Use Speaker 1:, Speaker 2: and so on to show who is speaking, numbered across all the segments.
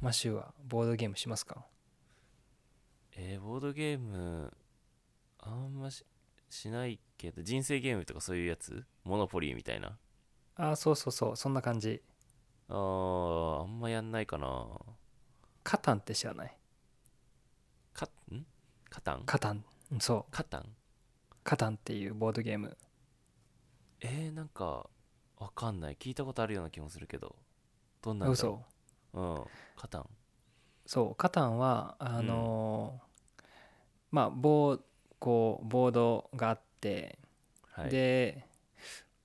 Speaker 1: マシューはボードゲームしますか
Speaker 2: えーボードゲームあんまししないけど人生ゲームとかそういうやつモノポリーみたいな
Speaker 1: ああそうそうそうそんな感じ
Speaker 2: あーあんまやんないかな
Speaker 1: カタンって知らない
Speaker 2: かんカタン
Speaker 1: カタンうんそう
Speaker 2: カタン
Speaker 1: カタンっていうボードゲーム
Speaker 2: えー、なんかわかんない聞いたことあるような気もするけどどんなんだ
Speaker 1: 嘘
Speaker 2: ろううんカタン
Speaker 1: そうカタンはあのーまあボーこうボードがあって、
Speaker 2: はい
Speaker 1: で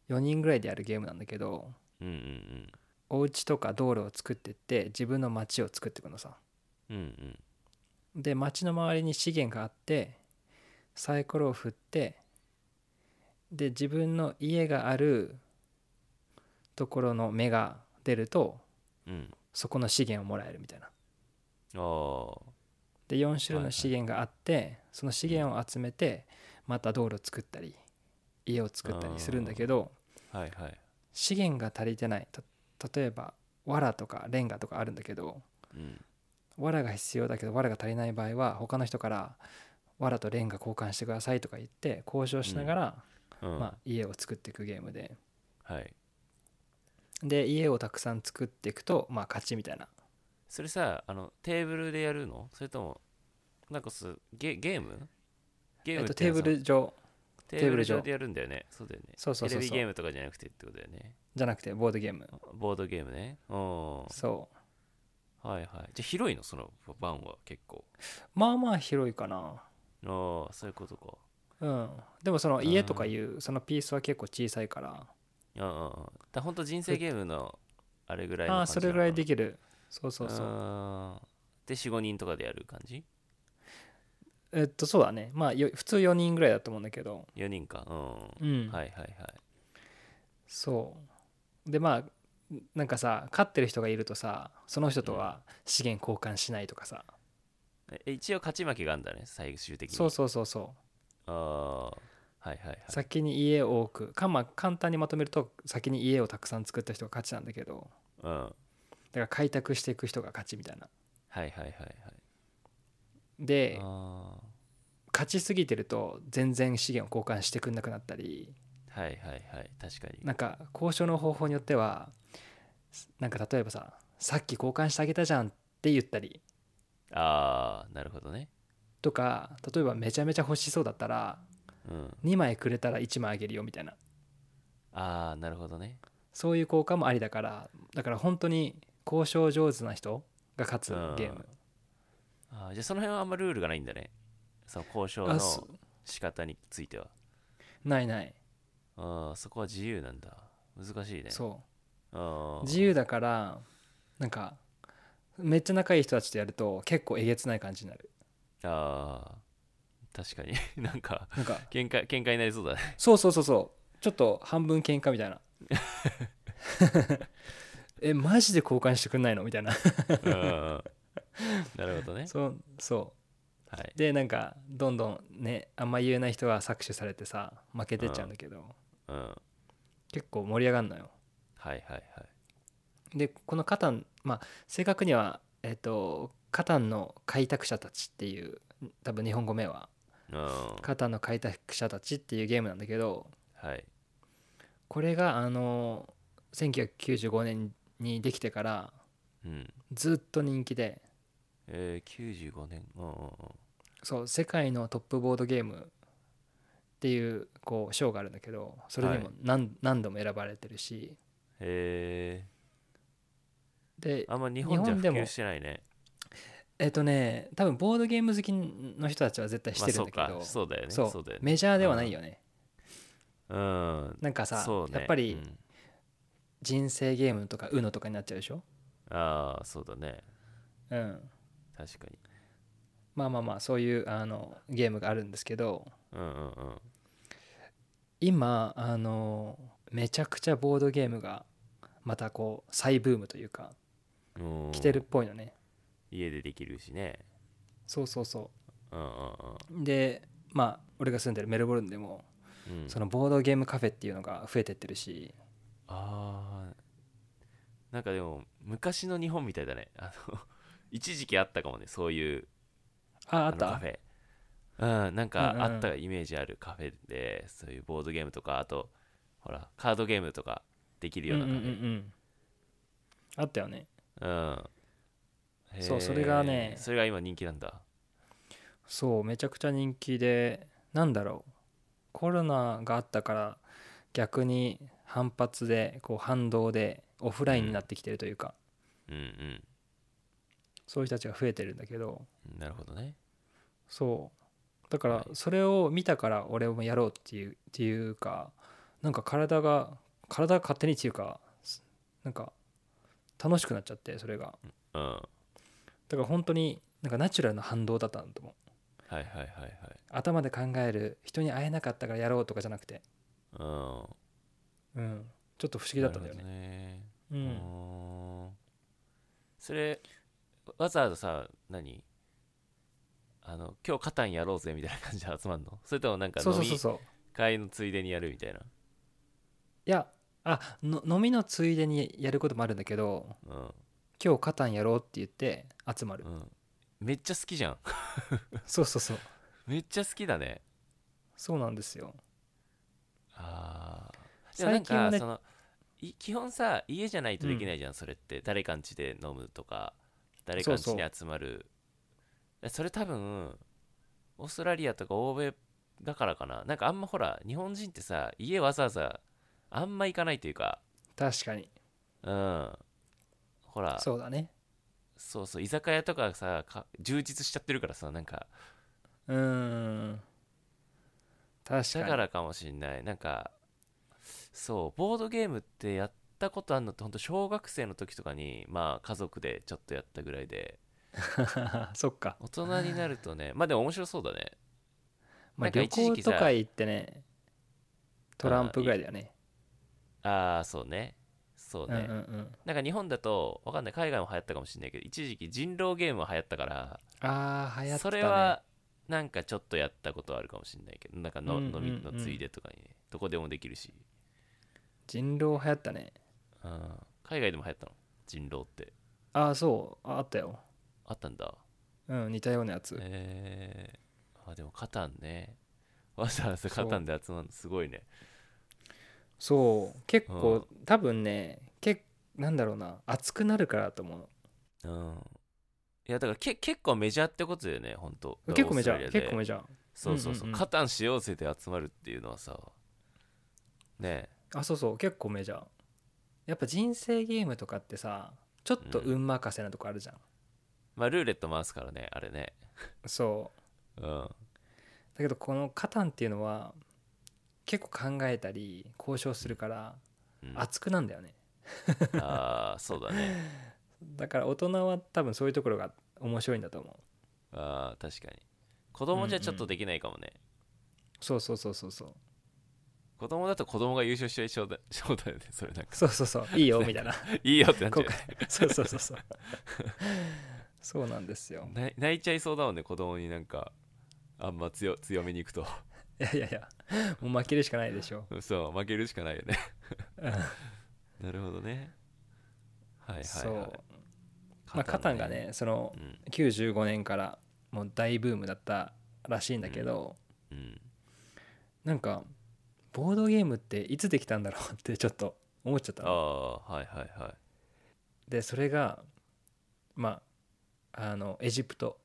Speaker 1: 4人ぐらいでやるゲームなんだけど
Speaker 2: うんうん
Speaker 1: お家とか道路を作ってって自分の町を作っていくのさ
Speaker 2: うんうんうん
Speaker 1: で町の周りに資源があってサイコロを振ってで自分の家があるところの目が出ると
Speaker 2: うん
Speaker 1: そこの資源をもらえるみたいな
Speaker 2: あー
Speaker 1: で4種類
Speaker 2: はいは
Speaker 1: の
Speaker 2: い
Speaker 1: 資源があって、その資源を集めてまた道路を作ったり家を作ったりするんだけど
Speaker 2: はいはい
Speaker 1: 資源が足りてないた例えば藁とかレンガとかあるんだけど
Speaker 2: うん
Speaker 1: 藁が必要だけど藁が足りない場合は他の人から藁とレンガ交換してくださいとか言って交渉しながら、
Speaker 2: うん
Speaker 1: まあ、家を作っていくゲームで
Speaker 2: はい
Speaker 1: で家をたくさん作っていくと、まあ、勝ちみたいな
Speaker 2: それさあのテーブルでやるのそれともなんかそうゲゲームゲ
Speaker 1: え
Speaker 2: ー
Speaker 1: っ
Speaker 2: ム
Speaker 1: と、
Speaker 2: って
Speaker 1: テー
Speaker 2: のは
Speaker 1: ブル上
Speaker 2: そのテ
Speaker 1: テー
Speaker 2: ー
Speaker 1: ブル
Speaker 2: ブル
Speaker 1: 上
Speaker 2: 上でやるんだよねそうだよね
Speaker 1: そうそうそうそう
Speaker 2: テレビゲームとかじゃなくてってことだよね
Speaker 1: じゃなくてボードゲーム
Speaker 2: ボードゲームねうん
Speaker 1: そう
Speaker 2: はいはいじゃあ広いのその番は結構
Speaker 1: まあまあ広いかな
Speaker 2: ああそういうことか
Speaker 1: うんでもその家とかいうそのピースは結構小さいから
Speaker 2: うんうんうんだからほんと人生ゲームのあれぐらいの
Speaker 1: ああ
Speaker 2: 感
Speaker 1: ー
Speaker 2: じ
Speaker 1: それぐらいで
Speaker 2: き
Speaker 1: きるそうそうそう
Speaker 2: うで45人とかでやる感じ
Speaker 1: えっとそうだねまあよ普通4人ぐらいだと思うんだけど
Speaker 2: 4人かう、
Speaker 1: うんん、
Speaker 2: はいはいはい
Speaker 1: そうでまあなんかさ飼ってる人がいるとさその人とは資源交換しないとかさ、
Speaker 2: え一応勝ち負けがあるんだね最終的に
Speaker 1: そうそうそうそう、
Speaker 2: ああはいはいはい
Speaker 1: 先に家を多くか、まあ、簡単にまとめると先に家をたくさん作った人が勝ちなんだけど
Speaker 2: うんはい
Speaker 1: だから開拓していく人が勝ちみたいな
Speaker 2: はいはいはい
Speaker 1: で
Speaker 2: あ
Speaker 1: 勝ちすぎてると全然資源を交換してくんなくなったり
Speaker 2: ーはいはいはい確かに
Speaker 1: なんか交渉の方法によってはなんか例えばささっき交換してあげたじゃんって言ったり
Speaker 2: ああなるほどね
Speaker 1: とか例えばめちゃめちゃ欲しそうだったら
Speaker 2: うん
Speaker 1: 2枚くれたら1枚あげるよみたいな
Speaker 2: ああなるほどね
Speaker 1: そういう効果もありだからだから本当に交渉上手な人が勝つ
Speaker 2: うん
Speaker 1: ゲーム
Speaker 2: あーじゃあその辺はあんまルールがないんだねその交渉
Speaker 1: あ
Speaker 2: の
Speaker 1: そ
Speaker 2: 仕方については
Speaker 1: ないない
Speaker 2: あーそこは自由なんだ難しいね
Speaker 1: そ
Speaker 2: あ
Speaker 1: う
Speaker 2: ー
Speaker 1: 自由だからなんかめっちゃ仲いい人たちとやると結構えげつない感じになる
Speaker 2: あー確かに なんか
Speaker 1: なんか
Speaker 2: 喧嘩喧嘩になりそうだね
Speaker 1: そうそうそうそうちょっと半分喧嘩みたいなえマジで交換してくんないのみたいな
Speaker 2: うんうん うんなるほどね
Speaker 1: そうそ
Speaker 2: はいう
Speaker 1: でなんかどんどんねあんま言えない人は搾取されてさ負けてっちゃうんだけど、
Speaker 2: うんはい
Speaker 1: 結構盛り上がんのよ
Speaker 2: はいはい
Speaker 1: でこのカタンまあ正確にはえっ、とカタンの開拓者たちっていう多分日本語名は
Speaker 2: うんは
Speaker 1: カタンの開拓者たちっていうゲームなんだけど
Speaker 2: い
Speaker 1: これがあの1995年にできてから
Speaker 2: うん
Speaker 1: ずっと人気で
Speaker 2: えー、95年うんうんうん
Speaker 1: そう世界のトップボードゲームっていうこう賞があるんだけどそれにも
Speaker 2: はい
Speaker 1: 何,、何度も選ばれてるし
Speaker 2: え
Speaker 1: で
Speaker 2: ー、あんま日本じゃ
Speaker 1: 日本
Speaker 2: 普
Speaker 1: でも
Speaker 2: 及してないね
Speaker 1: えっ、とね多分ボードゲーム好きの人たちは絶対知
Speaker 2: ま
Speaker 1: っ
Speaker 2: あ
Speaker 1: てる
Speaker 2: そ
Speaker 1: ん
Speaker 2: う
Speaker 1: だけど、
Speaker 2: かそうだよね
Speaker 1: そ
Speaker 2: そううだよね
Speaker 1: メジャーではないよね
Speaker 2: うん
Speaker 1: なんかさ、
Speaker 2: そうね
Speaker 1: やっぱ
Speaker 2: う
Speaker 1: り
Speaker 2: ん
Speaker 1: 人生ゲームとか UNO とかになっちゃうでしょ
Speaker 2: ああそうだね
Speaker 1: うん
Speaker 2: 確かに
Speaker 1: まあまあまあそういうあのゲームがあるんですけど
Speaker 2: うんうんうん
Speaker 1: 今あのめちゃくちゃボードゲームがまたこう再ブームというか
Speaker 2: うん
Speaker 1: 来てるっぽいのね
Speaker 2: 家でできるしね
Speaker 1: そうそうそ
Speaker 2: うんうん
Speaker 1: うでまあ俺が住んでるメルボルンでも
Speaker 2: うんうん
Speaker 1: そのボードゲームカフェっていうのが増えてってるし
Speaker 2: あーなんかでも昔の日本みたいだねあの 一時期あったかもねそういう
Speaker 1: ああ
Speaker 2: あ
Speaker 1: っ
Speaker 2: の
Speaker 1: た
Speaker 2: カフェうんなん
Speaker 1: う
Speaker 2: か
Speaker 1: んうんうん
Speaker 2: あったイメージあるカフェでそういうボードゲームとかあとほらカードゲームとかできるような
Speaker 1: うん
Speaker 2: カ
Speaker 1: うん
Speaker 2: フェ
Speaker 1: うんうんあったよね
Speaker 2: うんへー
Speaker 1: そうそれがね
Speaker 2: それが今人気なんだ
Speaker 1: そうめちゃくちゃ人気でなんだろうコロナがあったから逆に反発でこう反動でオフラインになってきてるというか、
Speaker 2: うんうん
Speaker 1: そういう人たちが増えてるんだけど
Speaker 2: なるほどね
Speaker 1: そうだから
Speaker 2: はい
Speaker 1: それを見たから俺もやろうっていうっていうかなんか体が体が勝手にっていうかすなんか楽しくなっちゃってそれが
Speaker 2: うんは
Speaker 1: だから本当になんかナチュラルな反動だったんだと思う
Speaker 2: いはいはいはい
Speaker 1: 頭で考える人に会えなかったからやろうとかじゃなくて
Speaker 2: うん好
Speaker 1: うんちょっと不思議だったんだよね
Speaker 2: ね
Speaker 1: う
Speaker 2: うんんそれわざわざさ何あの今日カタンやろうぜみたいな感じで集まるの それともなんか
Speaker 1: そう
Speaker 2: 飲
Speaker 1: そう
Speaker 2: み
Speaker 1: そうそう
Speaker 2: 会のついでにやるみたいない
Speaker 1: やあの飲みのついでにやることもあるんだけど
Speaker 2: うん
Speaker 1: 今日カタンやろうって言って集まる
Speaker 2: うんめっちゃ好きじゃん
Speaker 1: そうそうそう
Speaker 2: めっちゃ好きだね
Speaker 1: そうなんですよ
Speaker 2: あーでもなん
Speaker 1: 最近は
Speaker 2: か
Speaker 1: ね
Speaker 2: そのい基本さ家じゃないとできないじゃん、それって誰かん家で飲むとか誰かん
Speaker 1: そ
Speaker 2: 家
Speaker 1: うそ
Speaker 2: に集まるそそれ多分オーストラリアとか欧米だからかななんかあんまほら日本人ってさ家わざわざあんま行かないというか
Speaker 1: 確かに
Speaker 2: うんほら
Speaker 1: そうだね
Speaker 2: そうそう居酒屋とかさか充実しちゃってるからさなんか
Speaker 1: うーん確か
Speaker 2: だ
Speaker 1: に
Speaker 2: からかもしんないなんかそうボードゲームってやったことあるのってほんと小学生の時とかにまあ家族でちょっとやったぐらいで
Speaker 1: そっか、
Speaker 2: 大人になるとねまあでも面白そうだね
Speaker 1: ま
Speaker 2: な
Speaker 1: あ、
Speaker 2: んか
Speaker 1: 旅
Speaker 2: 一時
Speaker 1: 行
Speaker 2: 期さ
Speaker 1: とか行ってねトランプぐらいだよね
Speaker 2: ああそうねそう
Speaker 1: うん
Speaker 2: ね、
Speaker 1: うんうん
Speaker 2: なんか日本だとわかんない海外も流行ったかもしんないけど一時期人狼ゲームは流行ったから
Speaker 1: ああ流行ったね
Speaker 2: それはなんかちょっとやったことあるかもしんないけどなんかの、
Speaker 1: うんうんうん
Speaker 2: 飲みのついでとかにねどこでもできるし、
Speaker 1: 人狼流行ったね
Speaker 2: うん、海外でも流行ったの人狼って
Speaker 1: ああそうああったよ
Speaker 2: あったんだ
Speaker 1: うん似たようなやつ、
Speaker 2: えー、あでもカタンねわざわざカタンで集まるのすごいね
Speaker 1: そう結構、多分ねけなんだろうな熱くなるからだと思う
Speaker 2: うんいやだからけ結構メジャーってことだよね本当
Speaker 1: 結構メジャー
Speaker 2: 結
Speaker 1: 結構
Speaker 2: 構
Speaker 1: メジャー
Speaker 2: そうそうそう,、
Speaker 1: うんうんうん
Speaker 2: カタンしようぜで集まるっていうのはさね
Speaker 1: あそうそう結構メジャーやっぱ人生ゲームとかってさちょっと運任せなとこあるじゃん、
Speaker 2: まあルーレット回すからねあれね
Speaker 1: そう
Speaker 2: うん
Speaker 1: だけどこのカタンっていうのは結構考えたり交渉するから
Speaker 2: うん、あ
Speaker 1: 熱くなんだよね
Speaker 2: あーそうだね
Speaker 1: だから大人は多分そういうところが面白いんだと思う
Speaker 2: あー確かに子供じゃちょっとできないかもね、
Speaker 1: そうそうそうそうそう
Speaker 2: 子供だと子供が優勝しちゃいそうだ そうだよねそれなんか
Speaker 1: そうそうそういいよみ たいな
Speaker 2: いいよってなっち
Speaker 1: 後
Speaker 2: ゃう
Speaker 1: 悔そうそうそうそうそうなんですよ
Speaker 2: 泣い泣いちゃいそうだもんね子供になんかあんま強強めに行くと
Speaker 1: いやいやいやもう負けるしかないでしょ
Speaker 2: そう負けるしかないよね
Speaker 1: うん
Speaker 2: なるほどねはいはい、はい、
Speaker 1: そう、まあ、カタンがねその
Speaker 2: うん
Speaker 1: 95年からもう大ブームだったらしいんだけど、
Speaker 2: うん
Speaker 1: なんかボードゲームっていつできたんだろうってち ょっと思っちゃった
Speaker 2: あ
Speaker 1: の
Speaker 2: あはいはいはい
Speaker 1: でそれがまああのエジプト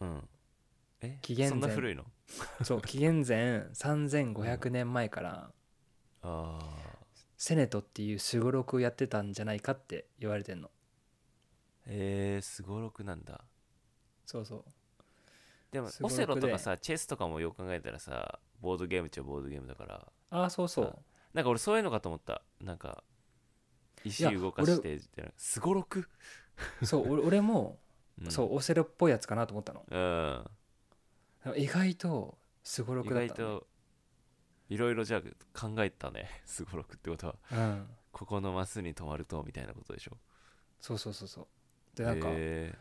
Speaker 2: うんえ
Speaker 1: 紀元前
Speaker 2: そんな古いの
Speaker 1: そう 紀元前3500年前から
Speaker 2: ああ
Speaker 1: セネトっていうすごろくをやってたんじゃないかって言われてんの
Speaker 2: えー、すごろくなんだ
Speaker 1: そうそう
Speaker 2: でも
Speaker 1: すご
Speaker 2: オ
Speaker 1: ろく
Speaker 2: セロと
Speaker 1: で
Speaker 2: かさチェスとかもよく考えたらさボードゲームっちゃボードゲームだから
Speaker 1: ああそうそう
Speaker 2: なんか俺そういうのかと思ったなんか石
Speaker 1: いや
Speaker 2: 動かしてじゃなくすごろく、
Speaker 1: そう俺俺も
Speaker 2: うん、
Speaker 1: そうオセロっぽいやつかなと思ったの
Speaker 2: うん
Speaker 1: 意外とすごろ
Speaker 2: 意
Speaker 1: くだっ
Speaker 2: 外
Speaker 1: たの
Speaker 2: といろいろじゃあ考えたね すごろくってことは
Speaker 1: うん
Speaker 2: ここのマスに止まるとみたいなことでしょ
Speaker 1: そうそうそうそうでなんか、
Speaker 2: へ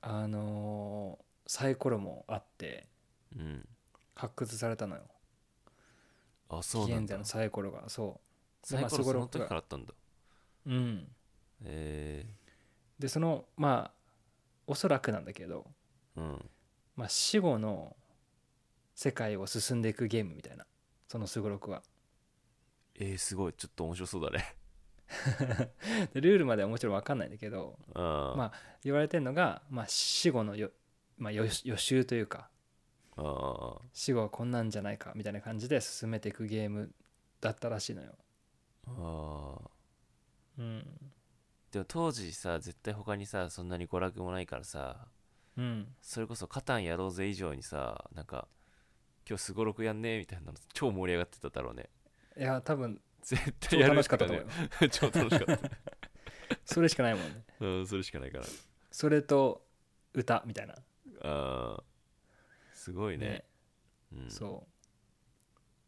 Speaker 1: あのーサイコロもあって
Speaker 2: えうん
Speaker 1: 発掘されたのよ
Speaker 2: あそう
Speaker 1: 紀
Speaker 2: なん
Speaker 1: 元
Speaker 2: だ
Speaker 1: 前のサイコロがそ
Speaker 2: サイコ
Speaker 1: まあす
Speaker 2: ロ
Speaker 1: ご
Speaker 2: そ
Speaker 1: ろ
Speaker 2: の
Speaker 1: くが
Speaker 2: 時からあったんだ
Speaker 1: ううん
Speaker 2: へえ
Speaker 1: でそのまあおそらくなんだけど、
Speaker 2: うん
Speaker 1: まあ、死後の世界を進んでいくゲームみたいなそのすごろくは
Speaker 2: えー、すごいちょっと面白そうだね
Speaker 1: でルールまではもちろん分かんないんだけど
Speaker 2: うんま
Speaker 1: ま言われてるのが、まあ、死後のよ、まあ、予予習というか
Speaker 2: ああ
Speaker 1: 死後はこんなんじゃないかみたいな感じで進めていくゲームだったらしいのよ、
Speaker 2: あ
Speaker 1: うん
Speaker 2: でも当時さ絶対他にさそんなに娯楽もないからさ
Speaker 1: うん、
Speaker 2: それこそ「カタンやろうぜ」以上にさなんか「今日すごろくやんね」みたいなの超盛り上がってただろうね
Speaker 1: いや多分
Speaker 2: 絶
Speaker 1: 超
Speaker 2: 対やる
Speaker 1: 楽しかったと思うよ
Speaker 2: ね超楽しかった
Speaker 1: それしかないもんね
Speaker 2: うんそれしかないから
Speaker 1: それと歌みたいな
Speaker 2: ああすごいねうん
Speaker 1: そ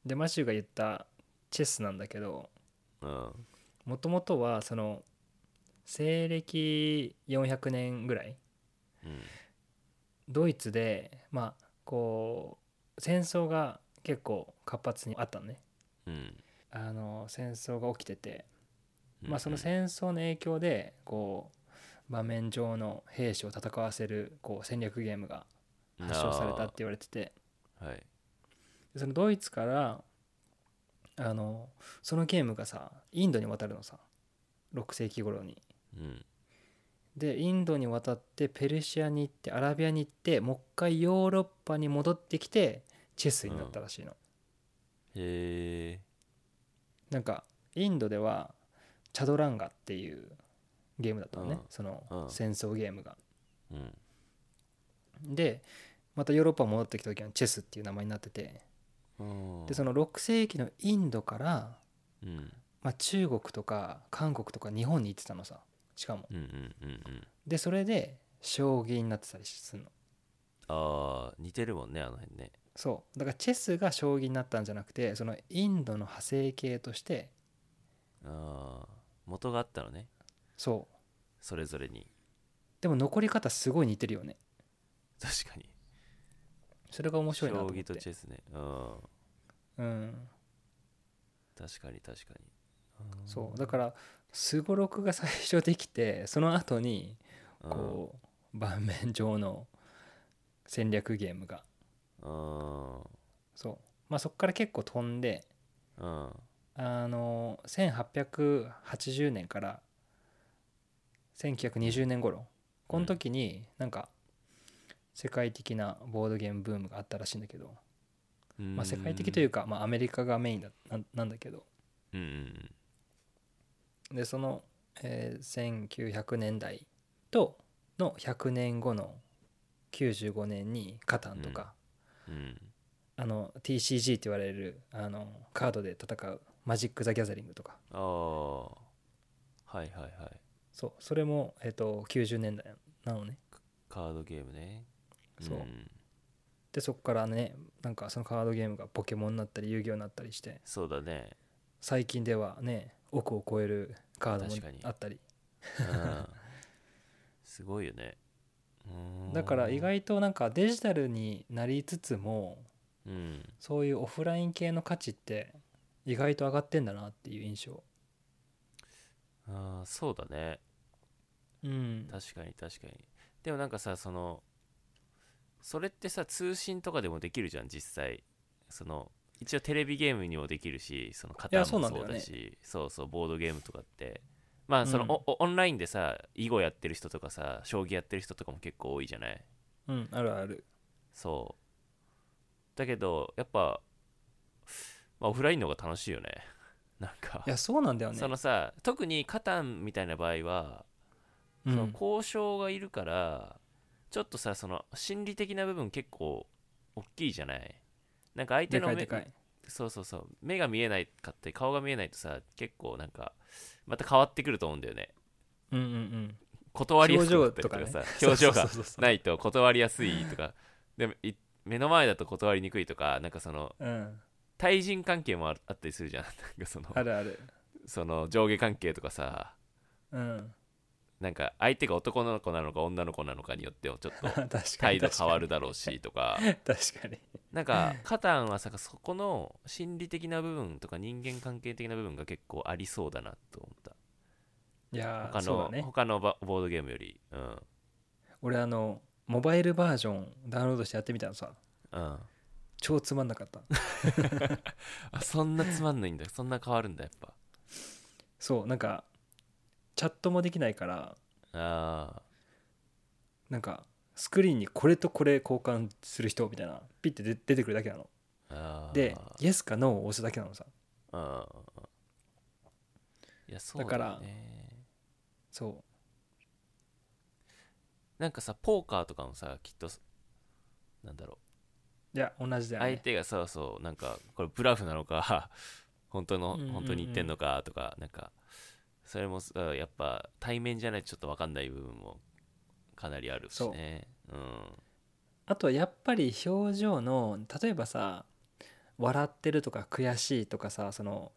Speaker 1: うでマシューが言ったチェスなんだけど
Speaker 2: うん
Speaker 1: もともとはその西暦400年ぐらい
Speaker 2: うん
Speaker 1: ドイツでまあこう戦争が結構活発にあったのね
Speaker 2: うん
Speaker 1: あの戦争が起きてて、
Speaker 2: うん
Speaker 1: まあ、その戦争の影響でこう場面上の兵士を戦わせるこう戦略ゲームが発祥されたって言われてて
Speaker 2: あーはい
Speaker 1: でそのドイツからあのそのゲームがさインドに渡るのさ6世紀頃に。
Speaker 2: うん
Speaker 1: でインドに渡ってペルシアに行ってアラビアに行ってもう一回ヨーロッパに戻ってきてチェスになったらしいの。
Speaker 2: へえ
Speaker 1: なんかインドではチャドランガっていうゲームだったのね、
Speaker 2: うん
Speaker 1: その
Speaker 2: うん
Speaker 1: 戦争ゲームが。
Speaker 2: うん
Speaker 1: でまたヨーロッパ戻ってきた時はチェスっていう名前になってて
Speaker 2: うん
Speaker 1: でその6世紀のインドから、
Speaker 2: うん
Speaker 1: まあ、中国とか韓国とか日本に行ってたのさしかも
Speaker 2: うんうんうんうん
Speaker 1: でそれで将棋になってたりするの
Speaker 2: ああ似てるもんねあの辺ね
Speaker 1: そうだからチェスが将棋になったんじゃなくてそのインドの派生系として
Speaker 2: ああ元があったのね
Speaker 1: そう
Speaker 2: それぞれに
Speaker 1: でも残り方すごい似てるよね
Speaker 2: 確かに
Speaker 1: それが面
Speaker 2: 将
Speaker 1: 白いなと思って
Speaker 2: 棋とチェスねうん
Speaker 1: うん
Speaker 2: 確かに確かに
Speaker 1: そうだからすごろくが最初できてその後に
Speaker 2: うん
Speaker 1: こう盤面上の戦略ゲームが
Speaker 2: うん
Speaker 1: そうまあそこから結構飛んで
Speaker 2: うん
Speaker 1: あの1880年から1920年頃この時になんか世界的なボードゲームブームがあったらしいんだけど、
Speaker 2: うん
Speaker 1: まあ、世界的というか、まあ、アメリカがメインだなんなんだけど
Speaker 2: うんうん
Speaker 1: でその、えー1900年代との100年後の95年にカタンとか、
Speaker 2: うんうん
Speaker 1: あの TCG って言われるあのカードで戦うマジック・ザ・ギャザリングとか
Speaker 2: ああはいはいはい
Speaker 1: そうそれも、えー、と90年代なのね
Speaker 2: カードゲームね
Speaker 1: そう
Speaker 2: うん
Speaker 1: でそこからねなんかそのカードゲームがポケモンになったり遊戯王になったりして
Speaker 2: そうだね
Speaker 1: 最近ではね億を超えるカードも
Speaker 2: 確かに
Speaker 1: あったり
Speaker 2: うん すごいよねうーん
Speaker 1: だから意外となんかデジタルになりつつも
Speaker 2: うん
Speaker 1: そういうオフライン系の価値って意外と上がってんだなっていう印象
Speaker 2: あーそうだね
Speaker 1: うん
Speaker 2: 確かに確かにでもなんかさそのそれってさ通信とかでもできるじゃん実際その一応テレビゲームにもできるしその型も
Speaker 1: そ
Speaker 2: そうう
Speaker 1: なんだよね
Speaker 2: だしそうそうボードゲームとかってまあその、
Speaker 1: うん
Speaker 2: おおオンラインでさ囲碁やってる人とかさ将棋やってる人とかも結構多いじゃない
Speaker 1: うんあるある
Speaker 2: そうだけどやっぱ、まあ、オフラインの方が楽しいよね なんか
Speaker 1: いやそうなんだよね
Speaker 2: そのさ特にカタンみたいな場合は
Speaker 1: うん
Speaker 2: その交渉がいるからちょっとさその心理的な部分結構大きいじゃないなんか相手
Speaker 1: で
Speaker 2: の
Speaker 1: か
Speaker 2: 目
Speaker 1: いでかい
Speaker 2: そうそうそう目が見えないかって顔が見えないとさ結構なんかまた変わってくると思うんだよね
Speaker 1: うんうんうん
Speaker 2: 断りやすくなったり
Speaker 1: 表情とか
Speaker 2: さ表情
Speaker 1: そうそう
Speaker 2: が
Speaker 1: そうそう
Speaker 2: ないと断りやすいとかでもい目の前だと断りにくいとかなんかその
Speaker 1: うん
Speaker 2: 対人関係もああったりするじゃん なんかその
Speaker 1: あるある
Speaker 2: その上下関係とかさ
Speaker 1: うん
Speaker 2: なんか相手が男の子なのか女の子なのかによってもちょっと
Speaker 1: 確かに
Speaker 2: 態度変わるだろうしと か
Speaker 1: 確かに
Speaker 2: なんかカタンはさそこの心理的な部分とか人間関係的な部分が結構ありそうだなと思った
Speaker 1: いやー
Speaker 2: 他
Speaker 1: そう
Speaker 2: の、
Speaker 1: だね
Speaker 2: 他のバボードゲームよりうん
Speaker 1: 俺あのモバイルバージョンダウンロードしてやってみたのさ
Speaker 2: うん
Speaker 1: 超つまんなかった
Speaker 2: あそんなつまんないんだそんな変わるんだやっぱ
Speaker 1: そうなんかチャットもできないから
Speaker 2: あ
Speaker 1: なんかスクリーンにこれとこれ交換する人みたいなピッて出出てくるだけなの
Speaker 2: ーあー
Speaker 1: でイエスかノーを押すだけなのさ
Speaker 2: うんうんうんいやそうだ,、ね、
Speaker 1: だからそ
Speaker 2: なんかさポーカーとかもさきっとなんだろ
Speaker 1: ういや同じ
Speaker 2: う
Speaker 1: だよ
Speaker 2: 相
Speaker 1: ね
Speaker 2: 手がそうそうなんかこれブラフなのか 本当の
Speaker 1: うんうんうん
Speaker 2: 本当に言ってんのかとかなんかそれもさやっぱ対面じゃないとちょっと分かんない部分もかなりあるしねうん
Speaker 1: あとはやっぱり表情の例えばさ笑ってるとか悔しいとかさその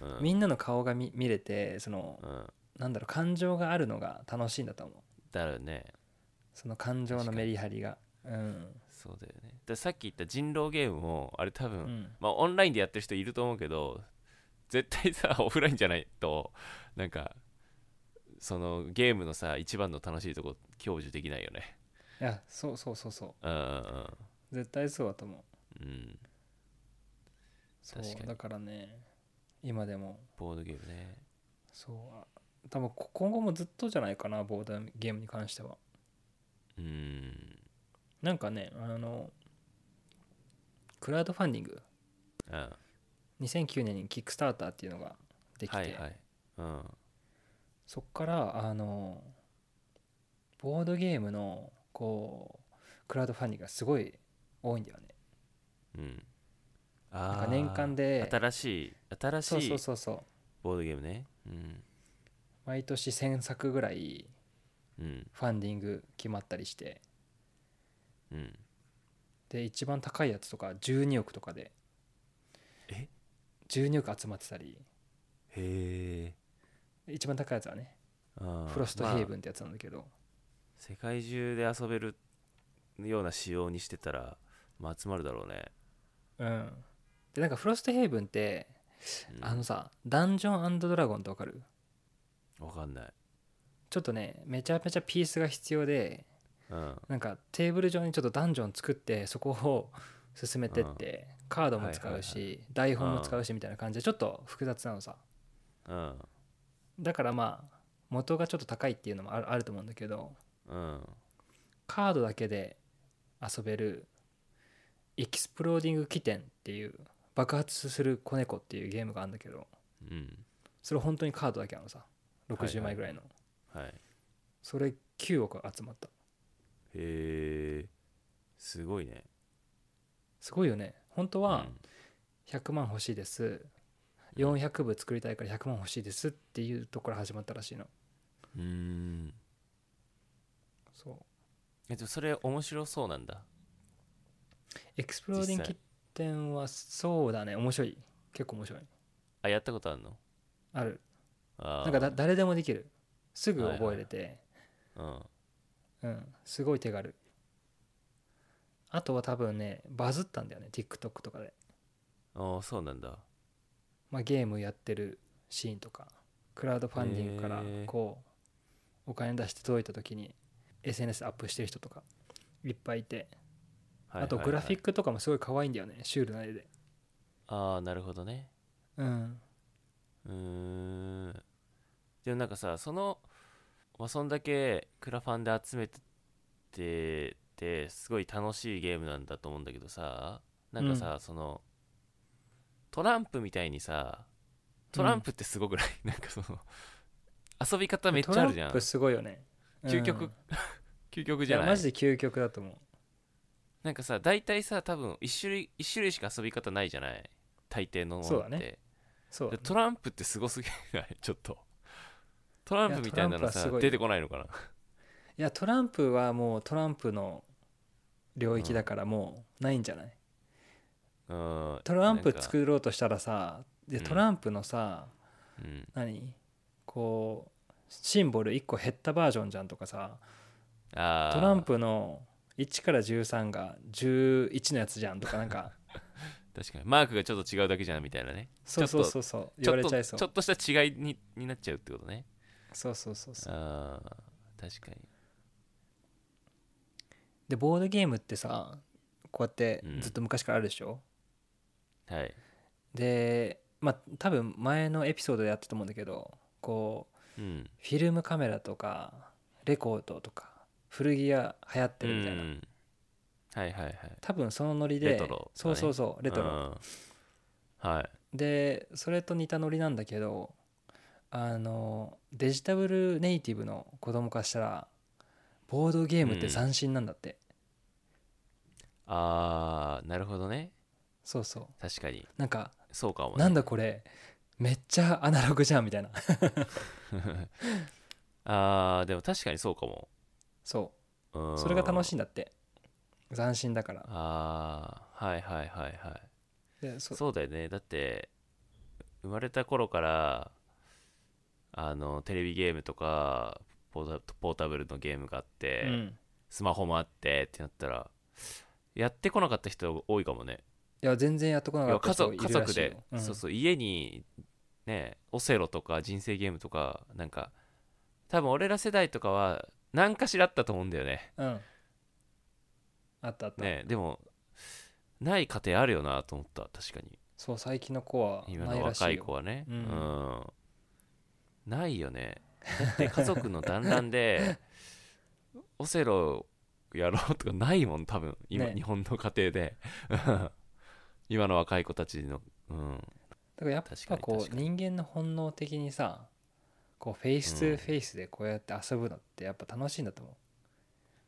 Speaker 2: うんうん
Speaker 1: みんなの顔が見見れてその
Speaker 2: うん
Speaker 1: なんだろう感情があるのが楽しいんだと思う
Speaker 2: だよね
Speaker 1: その感情のメリハリがうん
Speaker 2: そうだよねでさっき言った人狼ゲームもあれ多分、
Speaker 1: うん
Speaker 2: まあ、オンラインでやってる人いると思うけど絶対さ オフラインじゃないとなんかそのゲームのさ一番の楽しいとこ享受できないよね
Speaker 1: いやそうそうそうそ
Speaker 2: うんうん
Speaker 1: う絶対そうだと思う
Speaker 2: うんうん
Speaker 1: そう
Speaker 2: 確かに
Speaker 1: だからね今でも
Speaker 2: ボードゲームね
Speaker 1: そうあ多分こ今後もずっとじゃないかなボードゲームに関しては
Speaker 2: うん
Speaker 1: なんかねあのクラウドファンディング
Speaker 2: あ
Speaker 1: 2009年にキックスターターっていうのができて、
Speaker 2: はいはいうん
Speaker 1: そっからあのボードゲームのこうクラウドファンディングがすごい多いんだよね
Speaker 2: うん
Speaker 1: なん
Speaker 2: あ
Speaker 1: か
Speaker 2: あ
Speaker 1: 年間で
Speaker 2: 新しい新し
Speaker 1: そう
Speaker 2: い
Speaker 1: そうそうそう
Speaker 2: ボードゲームねうん
Speaker 1: 毎年1000作ぐらい
Speaker 2: うん
Speaker 1: ファンディング決まったりして
Speaker 2: うん
Speaker 1: で一番高いやつとか12億とかで
Speaker 2: え
Speaker 1: 12億集まってたり
Speaker 2: へえ
Speaker 1: 一番高いやつはねフロストヘイブンってやつなんだけど、
Speaker 2: 世界中で遊べるような仕様にしてたら、まあ、集まるだろうね、
Speaker 1: うんでなんかフロストヘイブンって、
Speaker 2: うん
Speaker 1: あのさダンジョンドラゴンってわかる
Speaker 2: わかんない
Speaker 1: ちょっとねめちゃめちゃピースが必要で
Speaker 2: うん
Speaker 1: なんかテーブル上にちょっとダンジョン作ってそこを進めてってカードも使うし、
Speaker 2: は
Speaker 1: 台本も使うしみたいな感じでちょっと複雑なのさ
Speaker 2: うん
Speaker 1: だからまあ元がちょっと高いっていうのもあるあると思うんだけど
Speaker 2: うん
Speaker 1: カードだけで遊べるエキスプローディング起点っていう爆発する子猫っていうゲームがあるんだけど
Speaker 2: うん
Speaker 1: それ本当にカードだけなのさ60枚ぐらいの、
Speaker 2: はいへ
Speaker 1: それ9億集まった
Speaker 2: えすごいね
Speaker 1: すごいよね本当は
Speaker 2: うん
Speaker 1: 100万欲しいです、
Speaker 2: うん
Speaker 1: 400部作りたいから100万欲しいですっていうところから始まったらしいの
Speaker 2: うーん
Speaker 1: そう
Speaker 2: えでもそれ面白そうなんだ
Speaker 1: エクスプローディング起点はそうだね面白い結構面白い
Speaker 2: あやったことあるの
Speaker 1: ある
Speaker 2: あ
Speaker 1: な
Speaker 2: ー
Speaker 1: んかだ誰でもできるすぐ覚えれて、
Speaker 2: うん
Speaker 1: うん、すごい手軽。あとは多分ね、バズったんだよね、TikTok とかで。
Speaker 2: ああそうなんだ
Speaker 1: まあ、ゲームやってるシーンとか、クラウドファンディングから
Speaker 2: へー
Speaker 1: こう、お金出して届いた時に SNS アップしてる人とかいっぱいいて、あとグラフィッ
Speaker 2: ク
Speaker 1: クとかもすごい可愛いんだよね、シュールな絵で。
Speaker 2: ああなるほどね
Speaker 1: うん。
Speaker 2: うーんでもなんかさその、まあ、そんだけクラファンで集めてててすごい楽しいゲームなんだと思うんだけどさなんかさ、そのトランプみたいにさトランプってすごくない、 なんかその遊び方めっちゃあるじゃん
Speaker 1: トランプすごいよね。
Speaker 2: 究極
Speaker 1: うん
Speaker 2: 究極
Speaker 1: い
Speaker 2: じゃ
Speaker 1: や、
Speaker 2: ない
Speaker 1: マジで究極だと思う。
Speaker 2: なんかさ大体さ多分1種類一種類しか遊び方ないじゃない大抵のものって
Speaker 1: そうだねそう
Speaker 2: で。トランプってすごすぎない ちょっとトランプみたいな
Speaker 1: やトランプ
Speaker 2: いの
Speaker 1: はす
Speaker 2: さ
Speaker 1: ごい
Speaker 2: 出てこないのかない
Speaker 1: や、トランプはもうトランプの領域だからもうないんじゃない
Speaker 2: うん
Speaker 1: トランプ
Speaker 2: る、
Speaker 1: 作ろうとしたらさで
Speaker 2: うん
Speaker 1: トランプのさ、
Speaker 2: うん
Speaker 1: 何こうシンボル1個減ったバージョンじゃんとかさ
Speaker 2: あー
Speaker 1: トランプの1から13が11のやつじゃんとかなん か
Speaker 2: 確かにマークがちょっと違うだけじゃんみたいなね
Speaker 1: そうそうそうそう言われちゃいそう
Speaker 2: ちょっとちょっとした違いにになっちゃうってことね
Speaker 1: そうそうそうそう
Speaker 2: あー確かに
Speaker 1: でボードゲームってさこうやってずっと昔からあるでしょ、
Speaker 2: はい
Speaker 1: でまあ多分前のエピソードでやったと思うんだけどこう
Speaker 2: うん
Speaker 1: フィルムカメラとかレコードとか古着屋流行ってるみたいな、
Speaker 2: うんはいはいはい
Speaker 1: 多分そのノリで
Speaker 2: レトロだね
Speaker 1: そうそうそうレトロ、
Speaker 2: うんはい
Speaker 1: でそれと似たノリなんだけどあのデジタブルネイティブの子供からしたらボードゲームって斬新なんだって、
Speaker 2: あーなるほどね
Speaker 1: そうそう
Speaker 2: 確かに
Speaker 1: なんか
Speaker 2: そうかも、ね、
Speaker 1: なんだこれめっちゃアナログじゃんみたいな
Speaker 2: あーでも確かにそうかも
Speaker 1: そううんそれが楽しいんだって斬新だから
Speaker 2: あーはいはいはいはい
Speaker 1: でそ
Speaker 2: そうだよねだって生まれた頃からあのテレビゲームとかポータポータブルのゲームがあって、
Speaker 1: うん、
Speaker 2: スマホもあってってなったらやってこなかった人多いかもね
Speaker 1: いや全然やってこなか
Speaker 2: 要
Speaker 1: っ
Speaker 2: は
Speaker 1: た
Speaker 2: 家
Speaker 1: 人い
Speaker 2: 族家
Speaker 1: るら
Speaker 2: 族
Speaker 1: しいよ
Speaker 2: で、
Speaker 1: うん
Speaker 2: そうそう家にねオセロとか人生ゲームとかなんか多分俺ら世代とかは何かしらあったと思うんだよね
Speaker 1: うんあったあった、
Speaker 2: ねでもない家庭あるよなと思った確かに
Speaker 1: そう最近の子は
Speaker 2: 今
Speaker 1: ない
Speaker 2: の
Speaker 1: らし
Speaker 2: 若
Speaker 1: い
Speaker 2: い
Speaker 1: よ
Speaker 2: 子はね
Speaker 1: う
Speaker 2: うんん、ないよねだって家族の団ら んでオセロやろうとかないもん多分今、
Speaker 1: ね
Speaker 2: 日本の家庭で 今の若い子たちのうん
Speaker 1: だからやっ
Speaker 2: 確か
Speaker 1: ぱ
Speaker 2: に
Speaker 1: こ
Speaker 2: 確
Speaker 1: う
Speaker 2: か
Speaker 1: 人間の本能的にさこうフェイス
Speaker 2: う
Speaker 1: 2
Speaker 2: ん
Speaker 1: フェイスでこうやって遊ぶのってやっぱ楽しいんだと思う。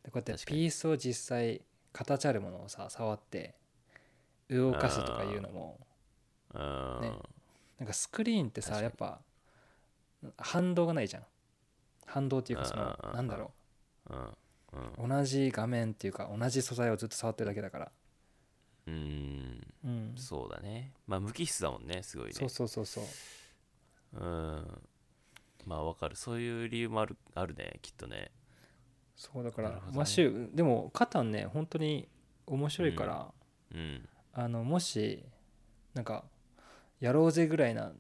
Speaker 1: でこうやって
Speaker 2: 確かに
Speaker 1: ピースを実際形あるものをさ触って動かすとかいうのも
Speaker 2: うん、
Speaker 1: ねなんかスクリーンってさ
Speaker 2: 確
Speaker 1: やっぱ反動がないじゃん。反動っていうかそ
Speaker 2: うんう
Speaker 1: の
Speaker 2: んうんうん
Speaker 1: なんだろ
Speaker 2: うん
Speaker 1: う同じ画面っていうか同じ素材をずっと触ってるだけだから。
Speaker 2: うん、
Speaker 1: うん、
Speaker 2: そうだねまあ無機質だもんねすごいね
Speaker 1: そうそうそうそう。
Speaker 2: うんまあわかるそういう理由もあるあるねきっとね
Speaker 1: そうだから、
Speaker 2: なるほどね
Speaker 1: まあシューでもカタンね本当に面白いから。
Speaker 2: うん
Speaker 1: あのもしなんかやろうぜぐらいな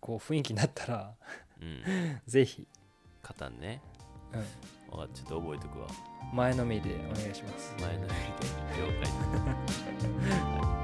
Speaker 1: こう雰囲気になったら
Speaker 2: うん
Speaker 1: ぜひ、
Speaker 2: 肩ね
Speaker 1: うん、
Speaker 2: わかったちょっと覚えとくわ
Speaker 1: 前のめりでお願いします。
Speaker 2: 前のめりで了解